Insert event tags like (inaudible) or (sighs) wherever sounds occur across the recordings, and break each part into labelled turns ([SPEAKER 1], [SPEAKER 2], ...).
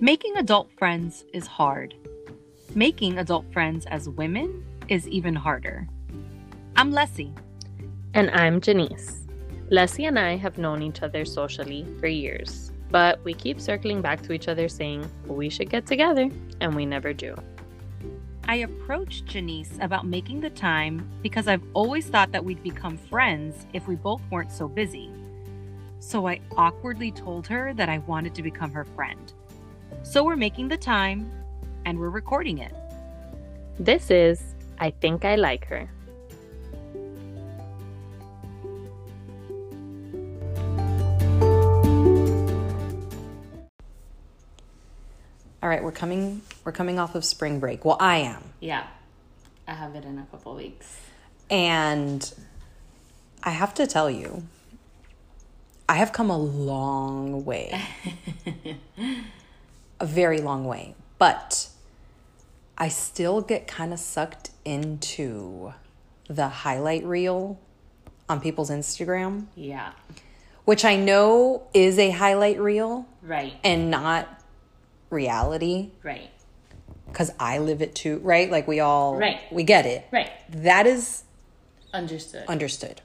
[SPEAKER 1] Making adult friends is hard. Making adult friends as women is even harder. I'm Leslie.
[SPEAKER 2] And I'm Janice. Leslie and I have known each other socially for years, but we keep circling back to each other saying we should get together, and we never do.
[SPEAKER 1] I approached Janice about making the time because I've always thought that we'd become friends if we both weren't so busy. So I awkwardly told her that I wanted to become her friend. So we're making the time and we're recording it.
[SPEAKER 2] This is I Think I Like Her.
[SPEAKER 3] All right, we're coming we're coming off of spring break. Well, I am.
[SPEAKER 4] Yeah, I have it in a couple weeks.
[SPEAKER 3] And I have to tell you, I have come a
[SPEAKER 4] (laughs)
[SPEAKER 3] long way. a very long way. But I still get kind of sucked into the highlight reel on people's Instagram,
[SPEAKER 4] Yeah,
[SPEAKER 3] which I know is a highlight reel
[SPEAKER 4] right,
[SPEAKER 3] and not reality
[SPEAKER 4] right,
[SPEAKER 3] because I live it too, right? Like we all,
[SPEAKER 4] Right.
[SPEAKER 3] we get it.
[SPEAKER 4] right.
[SPEAKER 3] That is
[SPEAKER 4] Understood.
[SPEAKER 3] understood.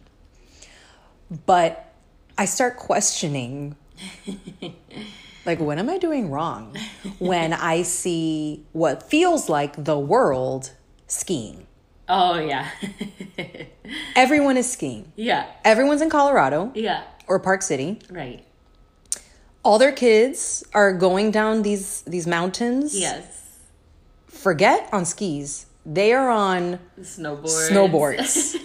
[SPEAKER 3] But I start questioning like what am I doing wrong when I see what feels like the world skiing.
[SPEAKER 4] oh yeah, (laughs)
[SPEAKER 3] Everyone is skiing.
[SPEAKER 4] yeah,
[SPEAKER 3] Everyone's in Colorado
[SPEAKER 4] yeah.
[SPEAKER 3] or Park City.
[SPEAKER 4] Right.
[SPEAKER 3] All their kids are going down these these mountains.
[SPEAKER 4] Yes.
[SPEAKER 3] Forget on skis. They are on
[SPEAKER 4] Snowboard.
[SPEAKER 3] snowboards.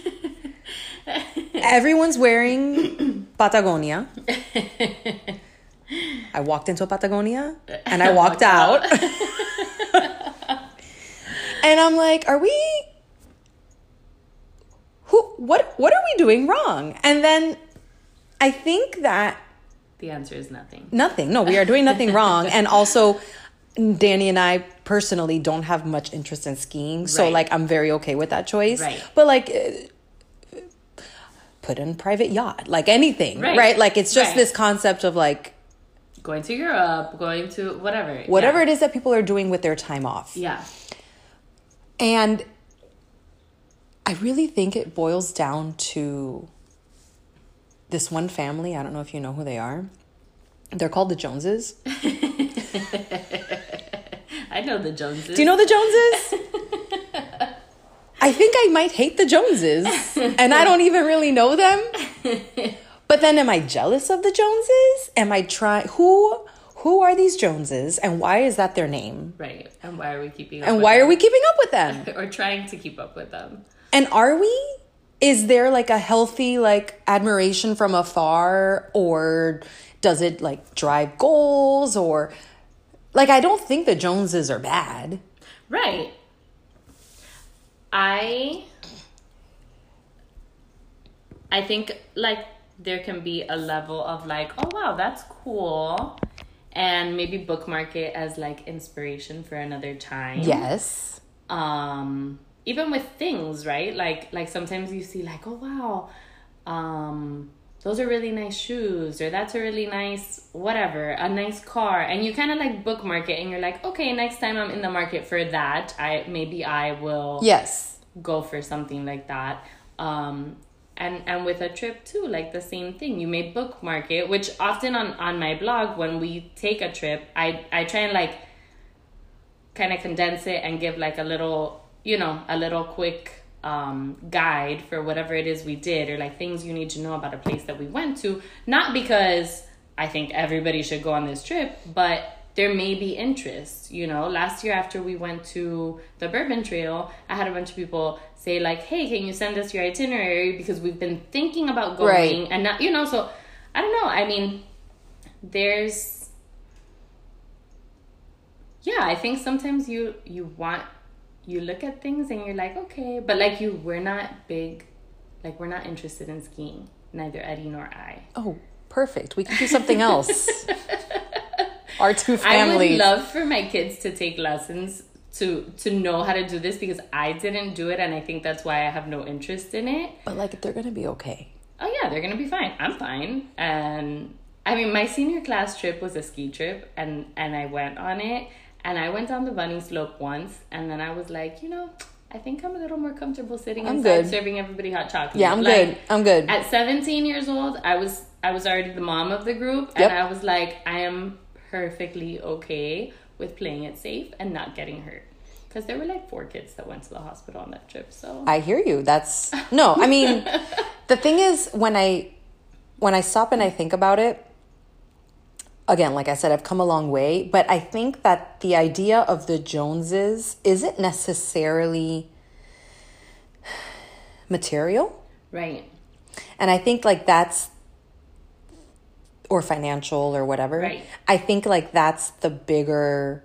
[SPEAKER 4] (laughs)
[SPEAKER 3] Everyone's wearing Patagonia. I walked into a Patagonia
[SPEAKER 4] (laughs)
[SPEAKER 3] and
[SPEAKER 4] Oh
[SPEAKER 3] I walked out. and I'm like, are we who what what are we doing wrong? And then I think that
[SPEAKER 4] The answer is nothing.
[SPEAKER 3] nothing. No, we are doing nothing wrong. And also, Danny and I personally don't have much interest in skiing. So,
[SPEAKER 4] Right.
[SPEAKER 3] like, I'm very okay with that choice.
[SPEAKER 4] Right.
[SPEAKER 3] But, like, uh, put in private yacht, like anything, right?
[SPEAKER 4] Right.
[SPEAKER 3] Like, it's just
[SPEAKER 4] Right.
[SPEAKER 3] this concept of like
[SPEAKER 4] Going to Europe. Going to whatever.
[SPEAKER 3] whatever
[SPEAKER 4] Yeah.
[SPEAKER 3] it is that people are doing with their time off.
[SPEAKER 4] Yeah.
[SPEAKER 3] And I really think it boils down to this one family. I don't know if you know who they are. They're called the Joneses.
[SPEAKER 4] I know the Joneses.
[SPEAKER 3] Do you know the Joneses?
[SPEAKER 4] (laughs)
[SPEAKER 3] I think I might hate the Joneses, and I don't even really know them. But then, am I jealous of the Joneses? Am I trying? Who who are these Joneses, and why is that their name?
[SPEAKER 4] right. And why are we keeping up
[SPEAKER 3] And
[SPEAKER 4] with
[SPEAKER 3] why are
[SPEAKER 4] them?
[SPEAKER 3] we keeping up with them?
[SPEAKER 4] Or trying to keep up with them.
[SPEAKER 3] And are we? Is there like a healthy like admiration from afar, or does it like drive goals? Or like I don't think the Joneses are bad.
[SPEAKER 4] Right. I I think like there can be a level of like, oh wow, that's cool. And maybe bookmark it as like inspiration for another time.
[SPEAKER 3] Yes.
[SPEAKER 4] Um even with things, right? Like like sometimes you see like, oh wow, um those are really nice shoes or that's a really nice whatever, a nice car. And you kind of like bookmark it and you're like, okay, next time I'm in the market for that, I maybe I will
[SPEAKER 3] Yes.
[SPEAKER 4] go for something like that um and and with a trip too like the same thing you may bookmark it which often on on my blog when we take a trip i i try and like kind of condense it and give like a little you know a little quick um guide for whatever it is we did or like things you need to know about a place that we went to not because i think everybody should go on this trip but there may be interest you know last year after we went to the bourbon trail i had a bunch of people say like hey can you send us your itinerary because we've been thinking about going
[SPEAKER 3] Right.
[SPEAKER 4] and not you know so i don't know i mean there's yeah i think sometimes you you want you look at things and you're like okay but like you we're not big like we're not interested in skiing neither eddie nor i
[SPEAKER 3] Oh, perfect. We can do something
[SPEAKER 4] (laughs)
[SPEAKER 3] else. Our two
[SPEAKER 4] i would
[SPEAKER 3] families.
[SPEAKER 4] love for my kids to take lessons to to know how to do this because i didn't do it and i think that's why i have no interest in it
[SPEAKER 3] but like, they're gonna be okay.
[SPEAKER 4] oh yeah they're gonna be fine i'm fine and I mean, my senior class trip was a ski trip, and and I went on it, and I went on the bunny slope once, and then I was like, you know, I think I'm a little more comfortable sitting
[SPEAKER 3] I'm
[SPEAKER 4] inside
[SPEAKER 3] good.
[SPEAKER 4] serving everybody hot chocolate.
[SPEAKER 3] Yeah, I'm
[SPEAKER 4] Like,
[SPEAKER 3] good. I'm good.
[SPEAKER 4] At 17 years old, I was I was already the mom of the group,
[SPEAKER 3] Yep.
[SPEAKER 4] and I was like, I am perfectly okay with playing it safe and not getting hurt, because there were like four kids that went to the hospital on that trip. So
[SPEAKER 3] I hear you. That's no. I mean, the thing is, when I when I stop and I think about it, again, like I said, I've come a long way. But I think that the idea of the Joneses isn't necessarily (sighs) material,
[SPEAKER 4] right,
[SPEAKER 3] and I think like that's or financial or whatever.
[SPEAKER 4] Right.
[SPEAKER 3] I think like that's the bigger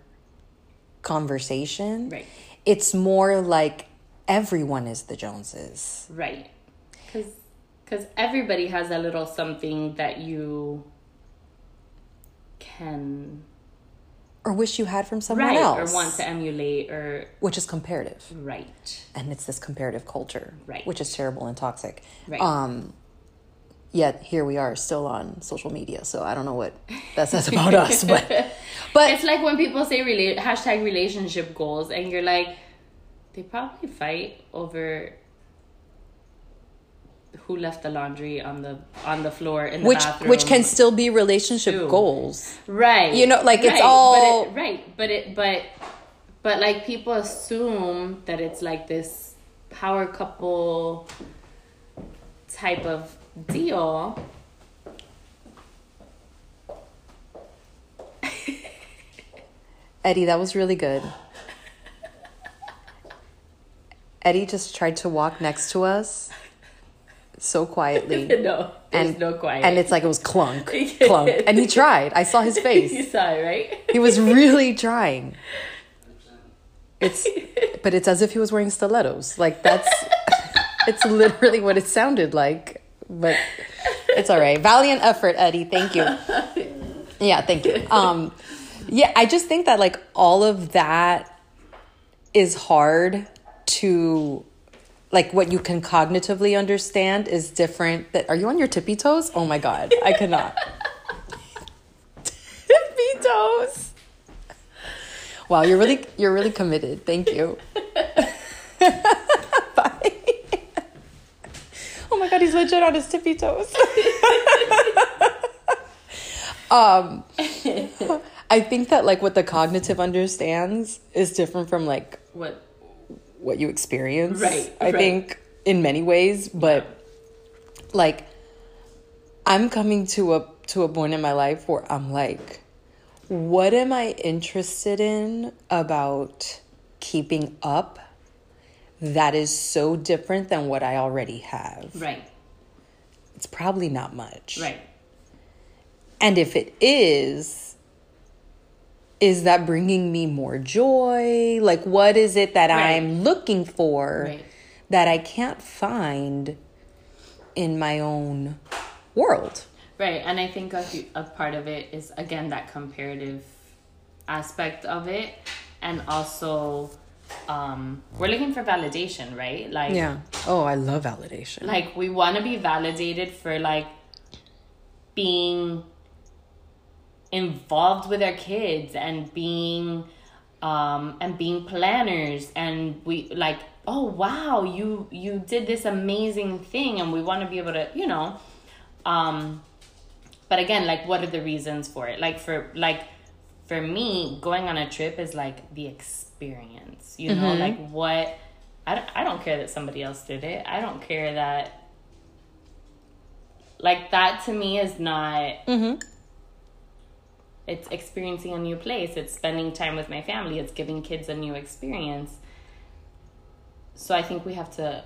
[SPEAKER 3] conversation.
[SPEAKER 4] Right.
[SPEAKER 3] It's more like everyone is the Joneses.
[SPEAKER 4] right, because because everybody has a little something that you can
[SPEAKER 3] or wish you had from someone
[SPEAKER 4] right
[SPEAKER 3] else,
[SPEAKER 4] or want to emulate or
[SPEAKER 3] which is comparative,
[SPEAKER 4] right
[SPEAKER 3] and it's this comparative culture,
[SPEAKER 4] Right.
[SPEAKER 3] Which is terrible and toxic.
[SPEAKER 4] Right.
[SPEAKER 3] Um, yet here we are, still on social media, so I don't know what that says about us,
[SPEAKER 4] (laughs)
[SPEAKER 3] but but
[SPEAKER 4] It's like when people say rela- hashtag relationship goals, and you're like, they probably fight over who left the laundry on the on the floor in the
[SPEAKER 3] which
[SPEAKER 4] bathroom,
[SPEAKER 3] which can still be relationship
[SPEAKER 4] Ew.
[SPEAKER 3] goals.
[SPEAKER 4] right,
[SPEAKER 3] you know, like, it's
[SPEAKER 4] Right, but
[SPEAKER 3] all-
[SPEAKER 4] it- right, but it but but like people assume that it's like this power couple type of deal.
[SPEAKER 3] Eddie, that was really good. Eddie just tried to walk next to us so quietly.
[SPEAKER 4] (laughs) No, there's no quiet.
[SPEAKER 3] And it's like it was clunk,
[SPEAKER 4] (laughs)
[SPEAKER 3] clunk. And (laughs) he tried. I saw his face.
[SPEAKER 4] you saw it, right? (laughs)
[SPEAKER 3] He was really trying. It's, but it's as if he was wearing stilettos. Like that's, it's literally what it sounded like. But it's all right. Valiant effort, Eddie. Thank you. Yeah, thank you. Um, yeah, I just think that like all of that is hard to, like what you can cognitively understand is different. That are you on your tippy toes? Oh my god, I cannot. (laughs) tippy toes. Wow, you're really you're really committed. Thank you. Bye. oh my god, he's legit on his tippy toes. um I think that like what the cognitive understands is different from like
[SPEAKER 4] What?
[SPEAKER 3] what you experience.
[SPEAKER 4] Right,
[SPEAKER 3] I
[SPEAKER 4] right.
[SPEAKER 3] think in many ways, but like I'm coming to a to a point in my life where I'm like, what am I interested in about keeping up that is so different than what I already have?
[SPEAKER 4] Right,
[SPEAKER 3] It's probably not much.
[SPEAKER 4] right.
[SPEAKER 3] And if it is, is that bringing me more joy? Like, what is it that
[SPEAKER 4] Right.
[SPEAKER 3] I'm looking for
[SPEAKER 4] Right.
[SPEAKER 3] that I can't find in my own world?
[SPEAKER 4] Right, and I think a, hu- a part of it is again that comparative aspect of it, and also um, we're looking for validation, right? Like,
[SPEAKER 3] Oh, I love validation.
[SPEAKER 4] like we want to be validated for like being involved with our kids and being um and being planners and we like oh wow you you did this amazing thing and we want to be able to you know um but again like what are the reasons for it like for like for me going on a trip is like the experience you know like what I don't, I don't care that somebody else did it i don't care that like that to me is not
[SPEAKER 3] Mm-hmm.
[SPEAKER 4] it's experiencing a new place it's spending time with my family it's giving kids a new experience so i think we have to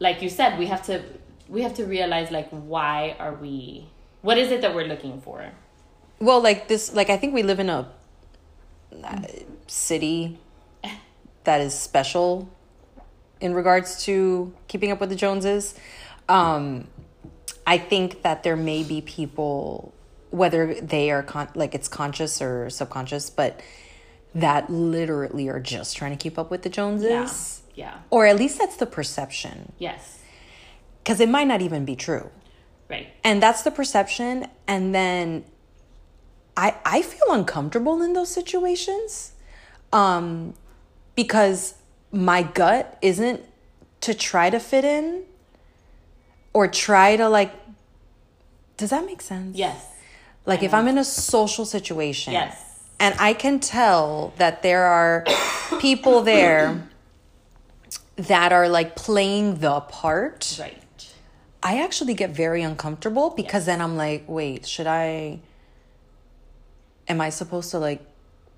[SPEAKER 4] like you said we have to we have to realize like why are we what is it that we're looking for
[SPEAKER 3] well, like this, like I think we live in a uh, city that is special in regards to keeping up with the Joneses. Um, I think that there may be people, whether they are con- like it's conscious or subconscious, but that literally are just trying to keep up with the Joneses,
[SPEAKER 4] yeah
[SPEAKER 3] or at least that's the perception,
[SPEAKER 4] yes
[SPEAKER 3] because it might not even be true.
[SPEAKER 4] Right.
[SPEAKER 3] and that's the perception and then i i feel uncomfortable in those situations um because my gut isn't to try to fit in or try to like does that make sense
[SPEAKER 4] Yes.
[SPEAKER 3] like if i'm in a social situation
[SPEAKER 4] Yes.
[SPEAKER 3] and I can tell that there are people there that are like playing the part.
[SPEAKER 4] Right.
[SPEAKER 3] I actually get very uncomfortable because then I'm like, wait, should I? Am I supposed to like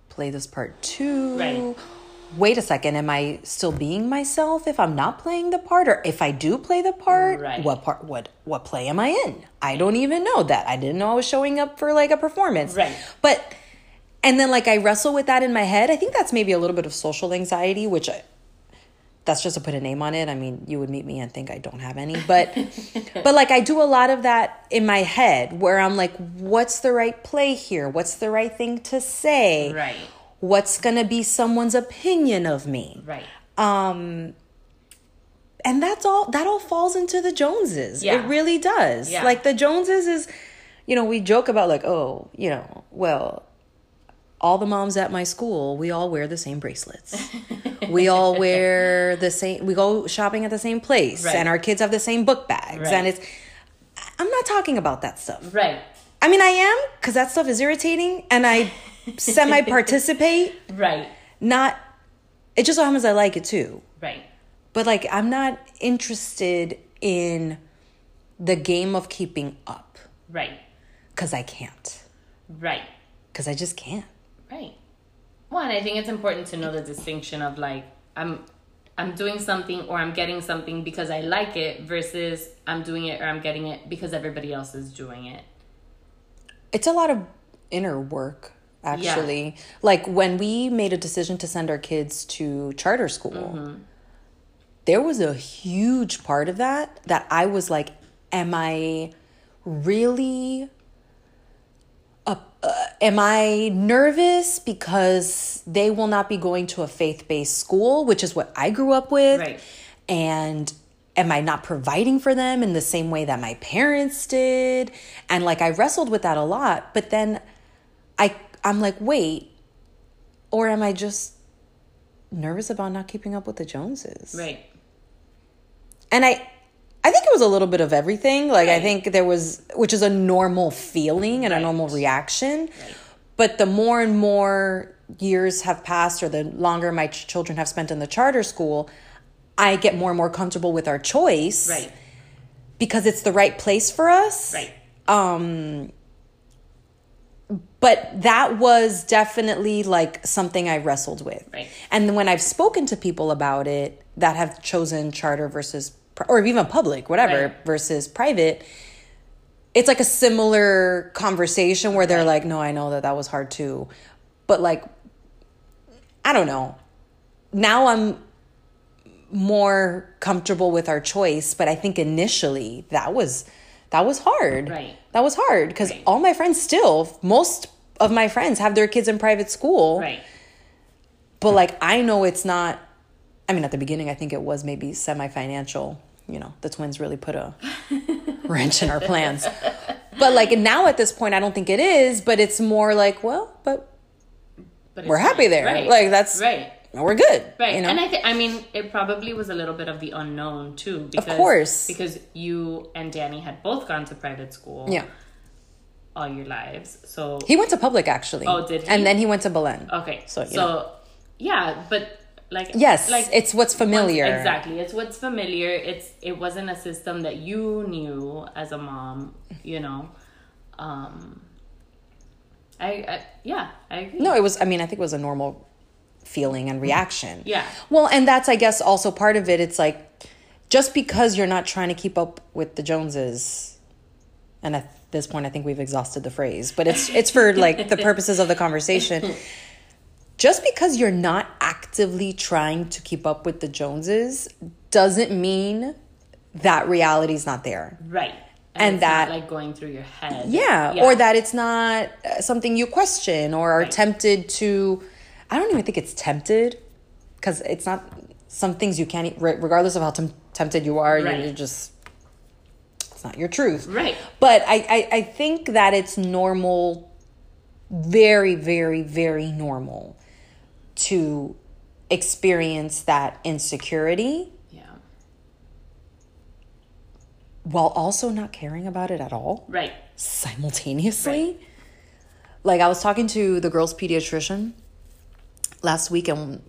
[SPEAKER 3] play this part too?
[SPEAKER 4] Right.
[SPEAKER 3] Wait a second, am I still being myself if I'm not playing the part, or if I do play the part?
[SPEAKER 4] Right.
[SPEAKER 3] What part? What what play am I in? I don't even know that. I didn't know I was showing up for like a performance.
[SPEAKER 4] Right.
[SPEAKER 3] But and then like I wrestle with that in my head. I think that's maybe a little bit of social anxiety, which I, that's just to put a name on it. I mean, you would meet me and think I don't have any, but (laughs) but like I do a lot of that in my head where I'm like what's the right play here? What's the right thing to say?
[SPEAKER 4] Right.
[SPEAKER 3] What's going to be someone's opinion of me?
[SPEAKER 4] Right.
[SPEAKER 3] Um, And that's all that all falls into the Joneses.
[SPEAKER 4] Yeah.
[SPEAKER 3] It really does.
[SPEAKER 4] Yeah.
[SPEAKER 3] Like the Joneses is you know, we joke about like, oh, you know, well, all the moms at my school, we all wear the same
[SPEAKER 4] (laughs)
[SPEAKER 3] bracelets. we all wear the same we go shopping at the same place
[SPEAKER 4] Right.
[SPEAKER 3] and our kids have the same book bags
[SPEAKER 4] Right.
[SPEAKER 3] and it's I- I'm not talking about that stuff.
[SPEAKER 4] Right.
[SPEAKER 3] I mean, I am because that stuff is irritating,
[SPEAKER 4] (laughs)
[SPEAKER 3] and I semi participate.
[SPEAKER 4] Right.
[SPEAKER 3] Not, it just so happens I like it too.
[SPEAKER 4] Right.
[SPEAKER 3] But like, I'm not interested in the game of keeping up
[SPEAKER 4] Right.
[SPEAKER 3] because I can't.
[SPEAKER 4] Right.
[SPEAKER 3] Because I just can't.
[SPEAKER 4] Right. Well, and I think it's important to know the distinction of like I'm I'm doing something or I'm getting something because I like it versus I'm doing it or I'm getting it because everybody else is doing it.
[SPEAKER 3] It's a lot of inner work, actually. Like when we made a decision to send our kids to charter school, there was a huge part of that that I was like, am I really. Uh, uh, am I nervous because they will not be going to a faith based school, which is what I grew up with?
[SPEAKER 4] Right.
[SPEAKER 3] and am i not providing for them in the same way that my parents did and like i wrestled with that a lot but then i i'm like wait or am i just nervous about not keeping up with the joneses
[SPEAKER 4] Right.
[SPEAKER 3] and i i think it was a little bit of everything like i think there was which is a normal feeling and a normal reaction but the more and more years have passed or the longer my ch- children have spent in the charter school i get more and more comfortable with our choice
[SPEAKER 4] Right.
[SPEAKER 3] because it's the right place for us
[SPEAKER 4] Right.
[SPEAKER 3] Um, but that was definitely like something I wrestled with.
[SPEAKER 4] Right.
[SPEAKER 3] And when I've spoken to people about it that have chosen charter versus pri- or even public, whatever,
[SPEAKER 4] Right.
[SPEAKER 3] versus private, it's like a similar conversation where they're like, "No, I know that that was hard too." But like I don't know. Now I'm more comfortable with our choice, but I think initially that was that was hard.
[SPEAKER 4] Right.
[SPEAKER 3] That was hard because all my friends still, most of my friends have their kids in private school.
[SPEAKER 4] Right.
[SPEAKER 3] But like, I know it's not, I mean, at the beginning, I think it was maybe semi financial. You know, the twins really
[SPEAKER 4] (laughs)
[SPEAKER 3] put a wrench in our plans. But like now at this point, I don't think it is, but it's more like, well, but
[SPEAKER 4] But
[SPEAKER 3] We're
[SPEAKER 4] it's
[SPEAKER 3] happy there.
[SPEAKER 4] Right.
[SPEAKER 3] Like, that's-
[SPEAKER 4] Right.
[SPEAKER 3] we're good.
[SPEAKER 4] Right.
[SPEAKER 3] You know?
[SPEAKER 4] And I think I mean it probably was a little bit of the unknown too because
[SPEAKER 3] course.
[SPEAKER 4] because you and Danny had both gone to private school
[SPEAKER 3] yeah.
[SPEAKER 4] all your lives. So
[SPEAKER 3] He went to public actually.
[SPEAKER 4] Oh, did he? Oh.
[SPEAKER 3] And then he went to Belen.
[SPEAKER 4] Okay.
[SPEAKER 3] So, you
[SPEAKER 4] so
[SPEAKER 3] know.
[SPEAKER 4] yeah, but like
[SPEAKER 3] yes.
[SPEAKER 4] like
[SPEAKER 3] it's what's familiar.
[SPEAKER 4] Once- exactly. It's what's familiar. It's it wasn't a system that you knew as a mom, you know. Um I, I yeah, I agree.
[SPEAKER 3] No, it was, I mean, I think it was a normal feeling and reaction.
[SPEAKER 4] Yeah.
[SPEAKER 3] Well, and that's, I guess, also part of it. It's like just because you're not trying to keep up with the Joneses, and at this point, I think we've exhausted the phrase, but it's it's for like the purposes of the conversation. Just because you're not actively trying to keep up with the Joneses doesn't mean that reality's not there.
[SPEAKER 4] Right.
[SPEAKER 3] And
[SPEAKER 4] it's not,
[SPEAKER 3] that-
[SPEAKER 4] like going through your head.
[SPEAKER 3] Yeah, or that it's not uh, something you question or are tempted to. I don't even think it's tempted because it's not some things you can't, e- re- regardless of how tem- tempted you are, you-
[SPEAKER 4] Right.
[SPEAKER 3] you just, it's not your truth.
[SPEAKER 4] Right.
[SPEAKER 3] But I, I, I think that it's normal, very, very, very normal to experience that insecurity
[SPEAKER 4] Yeah.
[SPEAKER 3] while also not caring about it at all
[SPEAKER 4] Right.
[SPEAKER 3] simultaneously. Like I was talking to the girls' pediatrician last week, and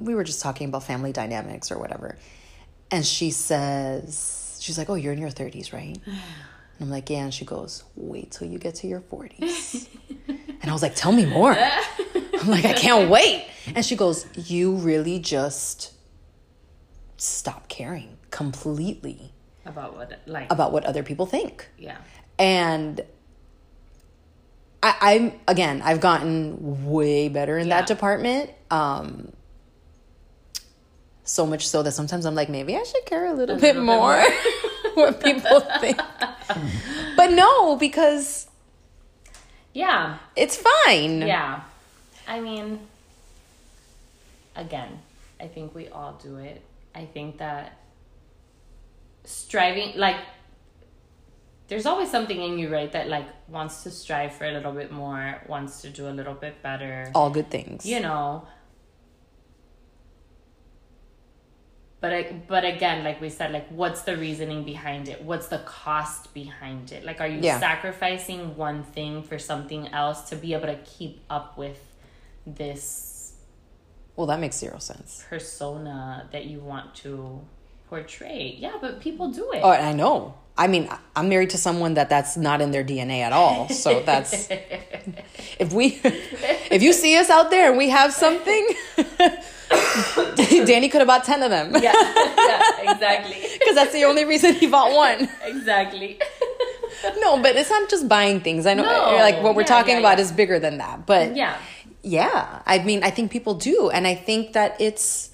[SPEAKER 3] we were just talking about family dynamics or whatever. And she says, she's like, "Oh, you're in your 30s, right?" And I'm like, "Yeah." And she goes, "Wait till you get to your 40s." and I was like, "Tell me more." I'm like, "I can't wait." And she goes, "You really just stop caring completely
[SPEAKER 4] About what? Like.
[SPEAKER 3] about what other people think."
[SPEAKER 4] yeah.
[SPEAKER 3] and I, I'm again, I've gotten way better in that
[SPEAKER 4] Yeah.
[SPEAKER 3] department. Um, so much so that sometimes I'm like, maybe I should care a little, bit, more (laughs) what people think. but no, because
[SPEAKER 4] Yeah.
[SPEAKER 3] it's fine.
[SPEAKER 4] Yeah. I mean, again, I think we all do it. I think that striving, like, there's always something in you, right, that, like, wants to strive for a little bit more, wants to do a little bit better,
[SPEAKER 3] All good things.
[SPEAKER 4] you know. But I, but again, like we said, like what's the reasoning behind it? What's the cost behind it? Like, are you
[SPEAKER 3] Yeah.
[SPEAKER 4] sacrificing one thing for something else to be able to keep up with this
[SPEAKER 3] Well, that makes zero sense.
[SPEAKER 4] persona that you want to portray? Yeah, but people do it.
[SPEAKER 3] Oh, and I know. I mean, I- I'm married to someone that that's not in their DNA at all. So that's if we (laughs) if you see us out there and we have something, (laughs) Danny could have bought ten of them
[SPEAKER 4] (laughs)
[SPEAKER 3] because (laughs)
[SPEAKER 4] Yeah, yeah, exactly,
[SPEAKER 3] that's the only reason he bought one.
[SPEAKER 4] exactly.
[SPEAKER 3] No, but it's not just buying things. I know,
[SPEAKER 4] No.
[SPEAKER 3] like what we're
[SPEAKER 4] Yeah,
[SPEAKER 3] talking
[SPEAKER 4] yeah,
[SPEAKER 3] about
[SPEAKER 4] yeah.
[SPEAKER 3] is bigger than that. But
[SPEAKER 4] yeah,
[SPEAKER 3] yeah, I mean, I think people do, and I think that it's.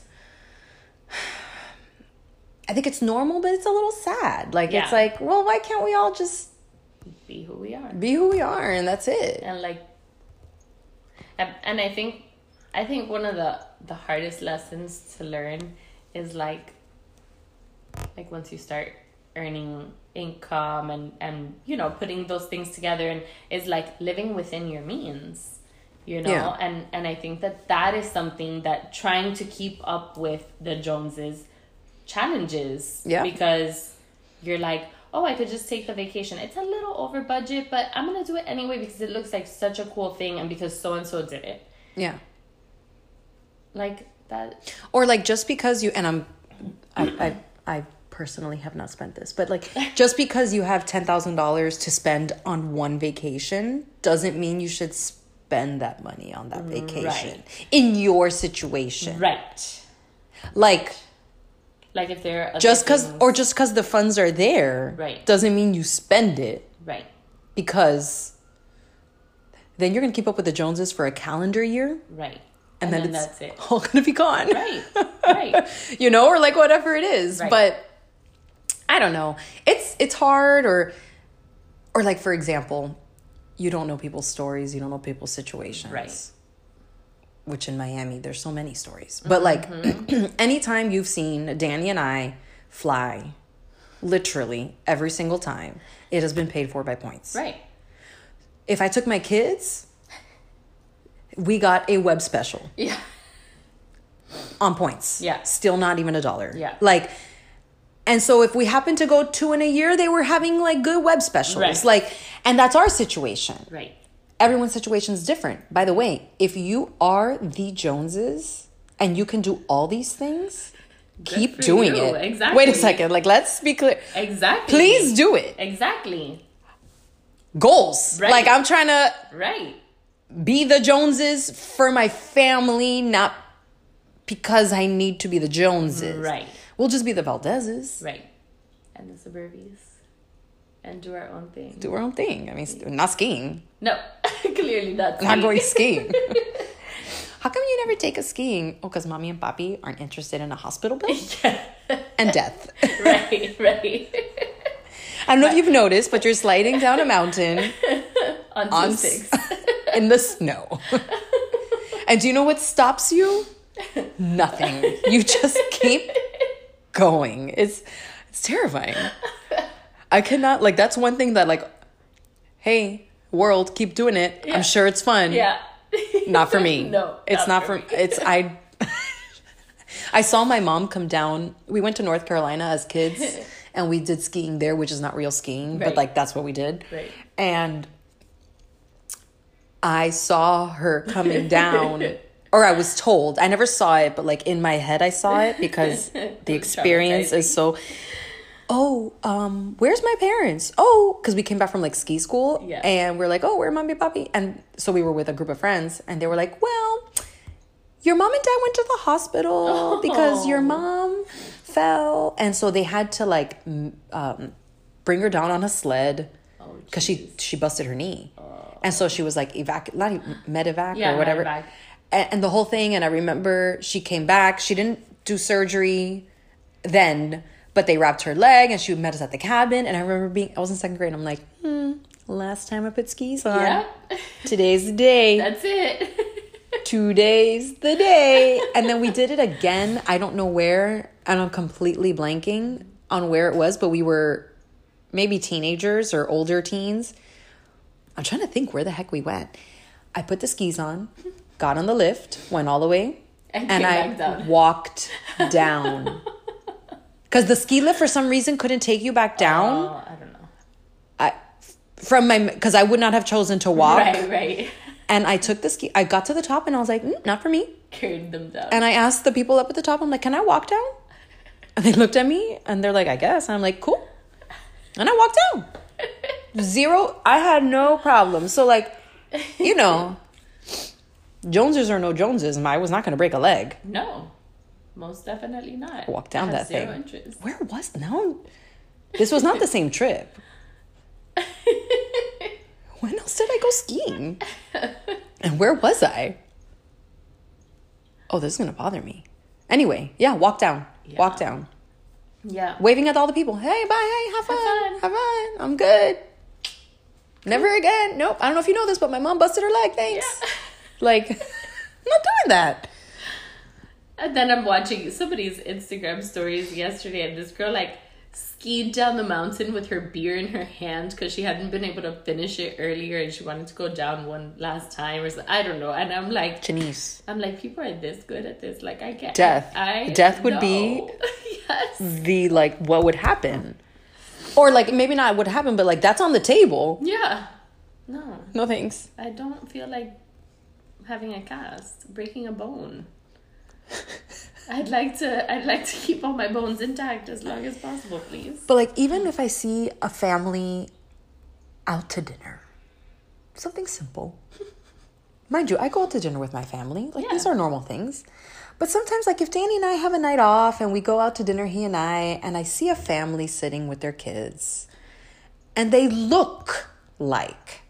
[SPEAKER 3] I think it's normal, but it's a little sad. Like it's
[SPEAKER 4] Yeah.
[SPEAKER 3] like, well, why can't we all just
[SPEAKER 4] be who we are.
[SPEAKER 3] be who we are and that's it
[SPEAKER 4] and like and, and i think i think one of the the hardest lessons to learn is like like once you start earning income and and you know putting those things together and is like living within your means you know
[SPEAKER 3] Yeah.
[SPEAKER 4] and and i think that that is something that trying to keep up with the joneses challenges
[SPEAKER 3] Yeah.
[SPEAKER 4] because you're like oh i could just take the vacation it's a little over budget but i'm gonna do it anyway because it looks like such a cool thing and because so and so did it
[SPEAKER 3] yeah
[SPEAKER 4] like that
[SPEAKER 3] or like just because you and i'm i i, I personally have not spent this
[SPEAKER 4] (laughs)
[SPEAKER 3] but like just because you have $10000 to spend on one vacation doesn't mean you should spend that money on that vacation in your situation
[SPEAKER 4] right
[SPEAKER 3] like
[SPEAKER 4] like if they're
[SPEAKER 3] just because or just because the funds are there
[SPEAKER 4] Right.
[SPEAKER 3] doesn't mean you spend it
[SPEAKER 4] right
[SPEAKER 3] because then you're gonna keep up with the joneses for a calendar year and,
[SPEAKER 4] right
[SPEAKER 3] then, it's
[SPEAKER 4] that's it
[SPEAKER 3] all (laughs) gonna be gone
[SPEAKER 4] right right
[SPEAKER 3] (laughs) you know, or like whatever it is.
[SPEAKER 4] Right.
[SPEAKER 3] But I don't know. It's it's hard or or like for example, you don't know people's stories, you don't know people's situations.
[SPEAKER 4] Right.
[SPEAKER 3] Which in Miami there's so many stories. But like
[SPEAKER 4] Mm-hmm.
[SPEAKER 3] (clears throat) anytime you've seen Danny and I fly literally every single time, it has been paid for by points.
[SPEAKER 4] right
[SPEAKER 3] If I took my kids, we got a web special
[SPEAKER 4] yeah
[SPEAKER 3] on points.
[SPEAKER 4] Yeah.
[SPEAKER 3] Still not even a dollar.
[SPEAKER 4] Yeah.
[SPEAKER 3] Like, and so if we happen to go two in a year, they were having like good web specials.
[SPEAKER 4] Right.
[SPEAKER 3] Like, and that's our situation.
[SPEAKER 4] right
[SPEAKER 3] Everyone's situation is different. By the way, if you are the Joneses and you can do all these things, keep
[SPEAKER 4] for
[SPEAKER 3] doing
[SPEAKER 4] you.
[SPEAKER 3] it.
[SPEAKER 4] Exactly.
[SPEAKER 3] Wait a second. Like, let's be clear.
[SPEAKER 4] exactly
[SPEAKER 3] Please do it.
[SPEAKER 4] exactly
[SPEAKER 3] Goals.
[SPEAKER 4] Right.
[SPEAKER 3] Like, I'm trying to
[SPEAKER 4] right
[SPEAKER 3] be the Joneses for my family, not because I need to be the Joneses.
[SPEAKER 4] Right.
[SPEAKER 3] We'll just be the Valdezes.
[SPEAKER 4] right and the suburbies and do our own thing
[SPEAKER 3] do our own thing. I mean, st- not skiing,
[SPEAKER 4] no (laughs) clearly not
[SPEAKER 3] not
[SPEAKER 4] me. (laughs)
[SPEAKER 3] going skiing. How come you never take us skiing? Oh, because mommy and papi aren't interested in a hospital bill
[SPEAKER 4] (laughs)
[SPEAKER 3] and death.
[SPEAKER 4] right right (laughs)
[SPEAKER 3] I don't know if you've noticed, but you're sliding down a mountain
[SPEAKER 4] on,
[SPEAKER 3] on
[SPEAKER 4] two
[SPEAKER 3] s- (laughs)
[SPEAKER 4] six
[SPEAKER 3] in
[SPEAKER 4] (laughs)
[SPEAKER 3] the snow. and do you know what stops you? Nothing.
[SPEAKER 4] (laughs)
[SPEAKER 3] You just keep going. It's it's terrifying. I cannot like that's one thing that like hey, world, keep doing it. I'm sure it's fun.
[SPEAKER 4] Yeah.
[SPEAKER 3] Not for me.
[SPEAKER 4] (laughs) No,
[SPEAKER 3] It's
[SPEAKER 4] not
[SPEAKER 3] not
[SPEAKER 4] for
[SPEAKER 3] for it's I (laughs) I saw my mom come down. We went to North Carolina as
[SPEAKER 4] (laughs)
[SPEAKER 3] kids and we did skiing there, which is not real skiing,
[SPEAKER 4] Right.
[SPEAKER 3] but like that's what we did.
[SPEAKER 4] Right.
[SPEAKER 3] And I saw her coming down, or I was told. I never saw it, but like in my head, I saw it because the experience is so. Oh, um, where's my parents? Oh, because we came back from like ski school,
[SPEAKER 4] Yeah.
[SPEAKER 3] and we're like, oh, where are mommy and papi? And so we were with a group of friends, and they were like, well, your mom and dad went to the hospital because your mom fell, and so they had to like m- um, bring her down on a sled
[SPEAKER 4] Oh,
[SPEAKER 3] because she she busted her knee, and so she was like evac not even, medevac
[SPEAKER 4] Uh. Yeah,
[SPEAKER 3] or whatever,
[SPEAKER 4] medevac.
[SPEAKER 3] And, and the whole thing. And I remember she came back. She didn't do surgery then, but they wrapped her leg, and she met us at the cabin. And I remember being I was in second grade. and I'm like, hmm, last time I put skis on.
[SPEAKER 4] Yeah.
[SPEAKER 3] Today's
[SPEAKER 4] (laughs)
[SPEAKER 3] the day
[SPEAKER 4] That's it.
[SPEAKER 3] two days the day and then we did it again i don't know where and i'm completely blanking on where it was but we were maybe teenagers or older teens i'm trying to think where the heck we went i put the skis on got on the lift went all the way
[SPEAKER 4] And came
[SPEAKER 3] and, i
[SPEAKER 4] back down.
[SPEAKER 3] walked
[SPEAKER 4] (laughs)
[SPEAKER 3] down because the ski lift for some reason couldn't take you back down
[SPEAKER 4] oh, I don't know.
[SPEAKER 3] I, from my because i would not have chosen to walk
[SPEAKER 4] Right, right. (laughs)
[SPEAKER 3] and i took the ski i got to the top and i was like "Mm, not for me
[SPEAKER 4] Carried them down.
[SPEAKER 3] and I asked the people up at the top, I'm like, can I walk down? And they looked at me and they're like, I guess. And I'm like, cool. And I walked down. Zero, I had no problem. So, like, you know, Joneses or no Joneses, I was not going to break a leg.
[SPEAKER 4] (laughs) no, most definitely not.
[SPEAKER 3] Walk down
[SPEAKER 4] I have
[SPEAKER 3] that
[SPEAKER 4] zero
[SPEAKER 3] thing.
[SPEAKER 4] interest. (laughs)
[SPEAKER 3] Where was, no, this was not the same trip. When else did I go skiing? And where was I? Oh, this is going to bother me. Anyway, yeah, walk down. Walk
[SPEAKER 4] Yeah.
[SPEAKER 3] down.
[SPEAKER 4] Yeah.
[SPEAKER 3] waving at all the people. Hey, bye, hey, have fun,
[SPEAKER 4] fun.
[SPEAKER 3] have fun. I'm good. Never again. Nope. I don't know if you know this, but my mom busted her leg.
[SPEAKER 4] (laughs)
[SPEAKER 3] Thanks. Like, (laughs) I'm not doing that.
[SPEAKER 4] And then I'm watching somebody's Instagram stories yesterday, and this girl like skied down the mountain with her beer in her hand because she hadn't been able to finish it earlier, and she wanted to go down one last time or something. I don't know. And I'm like,
[SPEAKER 3] Janice,
[SPEAKER 4] I'm like, people are this good at this. Like, I can't.
[SPEAKER 3] Death.
[SPEAKER 4] I
[SPEAKER 3] Death would be-
[SPEAKER 4] know. (laughs) yes.
[SPEAKER 3] the like, what would happen? Or like, maybe not what happened, but like, that's on the table.
[SPEAKER 4] Yeah. No,
[SPEAKER 3] No thanks.
[SPEAKER 4] I don't feel like having a cast, breaking a
[SPEAKER 3] (laughs)
[SPEAKER 4] bone. I'd like to. I'd like to keep all my bones intact as long as possible, please.
[SPEAKER 3] But like, even if I see a family out to dinner, something simple. Mind you, I go out to dinner with my family. Like, these
[SPEAKER 4] Yeah.
[SPEAKER 3] are normal things. But sometimes, like, if Danny and I have a night off and we go out to dinner, he and I, and I see a family sitting with their kids, and they look like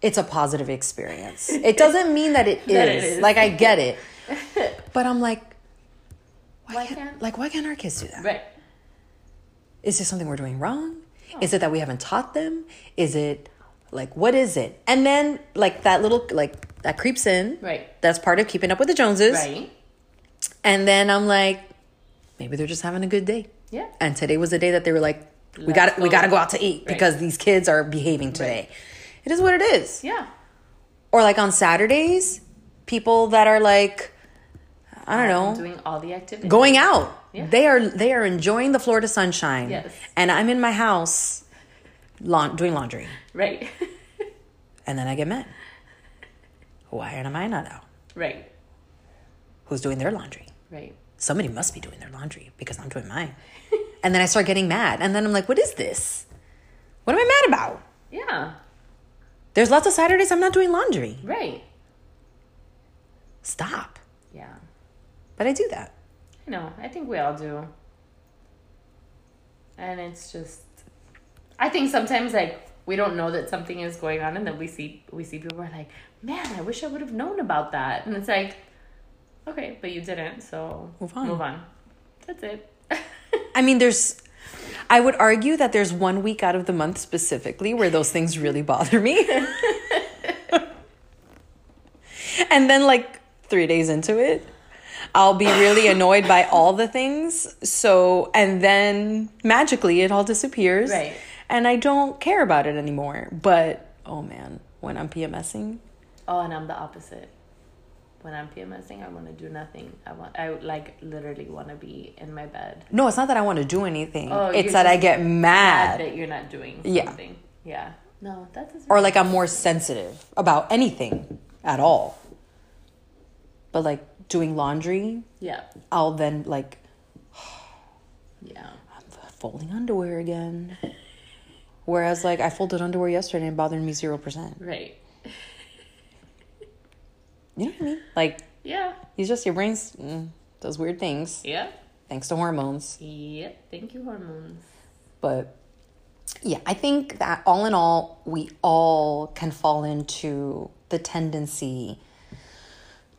[SPEAKER 3] it's a positive experience. It doesn't mean that it is.
[SPEAKER 4] (laughs) That it is.
[SPEAKER 3] Like, I get it.
[SPEAKER 4] (laughs)
[SPEAKER 3] But I'm like, why,
[SPEAKER 4] Why
[SPEAKER 3] can't,
[SPEAKER 4] can't-
[SPEAKER 3] like, why can't our kids do that?
[SPEAKER 4] Right.
[SPEAKER 3] Is this something we're doing wrong? Is it that we haven't taught them? Is it like what is it? And then like that little like that creeps in.
[SPEAKER 4] Right.
[SPEAKER 3] That's part of keeping up with the Joneses.
[SPEAKER 4] Right.
[SPEAKER 3] And then I'm like, maybe they're just having a good day.
[SPEAKER 4] Yeah.
[SPEAKER 3] And today was the day that they were like, we
[SPEAKER 4] Let's
[SPEAKER 3] got to we
[SPEAKER 4] go.
[SPEAKER 3] got to go out to eat because these kids are behaving today. It is what it is.
[SPEAKER 4] Yeah.
[SPEAKER 3] Or like on Saturdays, people that are like, I don't know,
[SPEAKER 4] Doing all the activities.
[SPEAKER 3] Oh. going out.
[SPEAKER 4] Yeah.
[SPEAKER 3] They are they are enjoying the Florida sunshine.
[SPEAKER 4] Yes.
[SPEAKER 3] And I'm in my house laun- doing laundry.
[SPEAKER 4] (laughs) Right. (laughs)
[SPEAKER 3] And then I get mad. Why am I not out?
[SPEAKER 4] right.
[SPEAKER 3] Who's doing their laundry?
[SPEAKER 4] Right.
[SPEAKER 3] Somebody must be doing their laundry because I'm doing
[SPEAKER 4] (laughs)
[SPEAKER 3] mine. and then I start getting mad. And then I'm like, what is this? What am I mad about?
[SPEAKER 4] Yeah.
[SPEAKER 3] There's lots of Saturdays I'm not doing laundry.
[SPEAKER 4] Right.
[SPEAKER 3] Stop.
[SPEAKER 4] Yeah.
[SPEAKER 3] But I do that.
[SPEAKER 4] I know. I think we all do. And it's just I think sometimes like we don't know that something is going on and then we see we see people are like, Man, I wish I would have known about that and it's like Okay, but you didn't, so
[SPEAKER 3] Move on.
[SPEAKER 4] Move on. That's it. (laughs)
[SPEAKER 3] I mean, there's, I would argue that there's one week out of the month specifically where those things really bother me. (laughs) and then, like, three days into it, I'll be really annoyed by all the things. So, and then magically it all disappears.
[SPEAKER 4] Right.
[SPEAKER 3] and I don't care about it anymore. But oh man, when I'm PMSing,
[SPEAKER 4] Oh, and I'm the opposite. When I'm PMSing, I want to do nothing. I want, I like literally want to be in my bed.
[SPEAKER 3] no, it's not that I want to do anything.
[SPEAKER 4] Oh,
[SPEAKER 3] it's
[SPEAKER 4] you're
[SPEAKER 3] that I
[SPEAKER 4] just
[SPEAKER 3] get mad,
[SPEAKER 4] That you're not doing
[SPEAKER 3] Yeah.
[SPEAKER 4] something. Yeah. No, that doesn't.
[SPEAKER 3] or like I'm more sensitive about anything at all. But like doing laundry,
[SPEAKER 4] yeah.
[SPEAKER 3] I'll then like
[SPEAKER 4] Yeah.
[SPEAKER 3] folding underwear again. Whereas like I folded underwear yesterday and it bothered me zero percent.
[SPEAKER 4] Right.
[SPEAKER 3] You know what I mean? Like
[SPEAKER 4] Yeah.
[SPEAKER 3] it's just your brain's mm, does weird things
[SPEAKER 4] Yeah.
[SPEAKER 3] thanks to hormones.
[SPEAKER 4] Yep. Thank you, hormones.
[SPEAKER 3] But yeah, I think that all in all, we all can fall into the tendency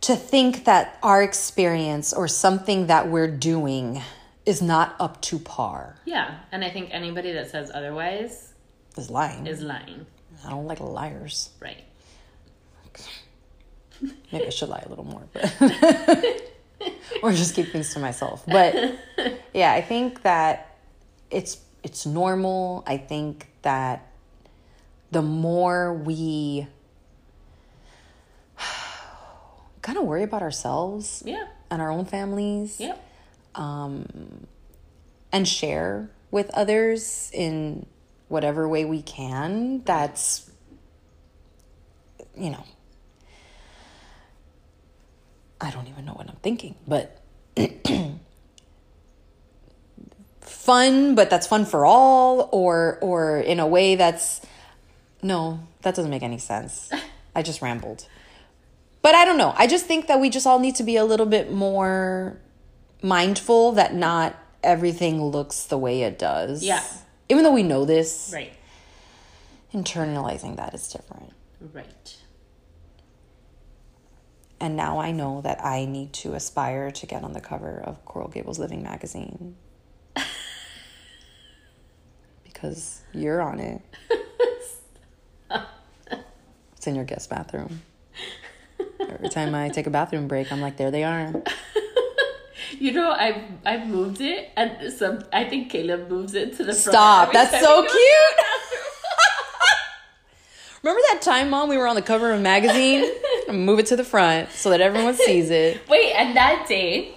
[SPEAKER 3] to think that our experience or something that we're doing is not up to par
[SPEAKER 4] Yeah. And I think anybody that says otherwise
[SPEAKER 3] is lying.
[SPEAKER 4] is lying.
[SPEAKER 3] I don't like liars.
[SPEAKER 4] Right.
[SPEAKER 3] Maybe I should lie a little more, but (laughs) or just keep things to myself. But yeah, I think that it's it's normal. I think that the more we (sighs) kind of worry about ourselves
[SPEAKER 4] Yeah.
[SPEAKER 3] and our own families
[SPEAKER 4] Yep.
[SPEAKER 3] and share with others in whatever way we can that's you know i don't even know what i'm thinking but (clears throat) fun but that's fun for all or or in a way that's no that doesn't make any sense i just rambled but i don't know i just think that we just all need to be a little bit more mindful that not everything looks the way it does.
[SPEAKER 4] Yeah.
[SPEAKER 3] Even though we know this,
[SPEAKER 4] Right.
[SPEAKER 3] internalizing that is different.
[SPEAKER 4] Right.
[SPEAKER 3] And now I know that I need to aspire to get on the cover of Coral Gables Living magazine. because you're on it. it's in your guest bathroom. Every time I take a bathroom break, I'm like, there they are.
[SPEAKER 4] You know, I I moved it, and some I think Caleb moves it to the front
[SPEAKER 3] Stop.
[SPEAKER 4] every
[SPEAKER 3] That's
[SPEAKER 4] time
[SPEAKER 3] so
[SPEAKER 4] he goes-
[SPEAKER 3] cute.
[SPEAKER 4] (laughs)
[SPEAKER 3] Remember that time, Mom, we were on the cover of
[SPEAKER 4] (laughs)
[SPEAKER 3] a magazine? Move it to the front so that everyone sees it.
[SPEAKER 4] Wait, and that day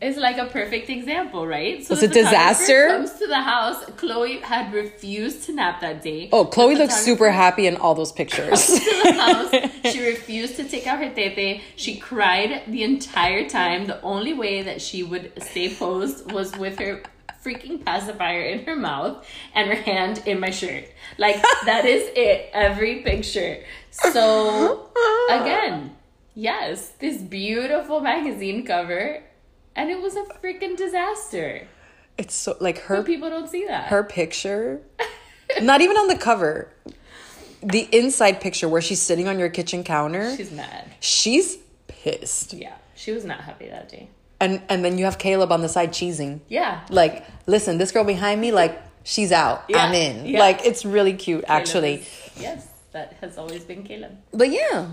[SPEAKER 4] is like a perfect example, right? So
[SPEAKER 3] Was it
[SPEAKER 4] the photographer
[SPEAKER 3] disaster?
[SPEAKER 4] Comes to the house. Chloe had refused to nap that day.
[SPEAKER 3] Oh, Chloe
[SPEAKER 4] The
[SPEAKER 3] looks super happy in all
[SPEAKER 4] (laughs)
[SPEAKER 3] those pictures. (laughs)
[SPEAKER 4] house. She refused to take out her tete. She cried the entire time. The only way that she would stay posed was with her freaking pacifier in her mouth and her hand in my shirt. Like that is it. Every picture. So again, yes, this beautiful magazine cover, and it was a freaking disaster.
[SPEAKER 3] it's so like
[SPEAKER 4] But
[SPEAKER 3] her
[SPEAKER 4] people don't see that.
[SPEAKER 3] her picture. Not even on the cover. The inside picture where she's sitting on your kitchen counter.
[SPEAKER 4] She's mad.
[SPEAKER 3] She's pissed.
[SPEAKER 4] Yeah, she was not happy that day.
[SPEAKER 3] And and then you have Caleb on the side cheesing.
[SPEAKER 4] Yeah,
[SPEAKER 3] like listen this girl behind me like she's out
[SPEAKER 4] Yeah,
[SPEAKER 3] i'm in
[SPEAKER 4] yeah.
[SPEAKER 3] like it's really cute actually
[SPEAKER 4] Yes, that has always been Caleb.
[SPEAKER 3] but yeah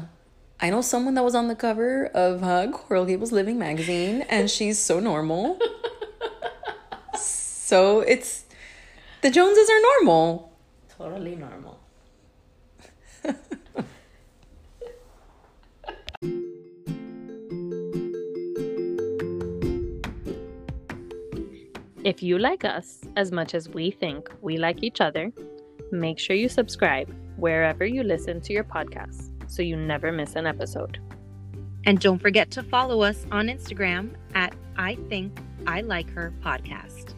[SPEAKER 3] i know someone that was on the cover of uh, coral gables living magazine and she's so
[SPEAKER 4] (laughs)
[SPEAKER 3] normal so it's the joneses are normal
[SPEAKER 4] Totally normal.
[SPEAKER 2] If you like us as much as we think we like each other, make sure you subscribe wherever you listen to your podcasts so you never miss an episode.
[SPEAKER 1] And don't forget to follow us on Instagram at I Think I Like Her Podcast.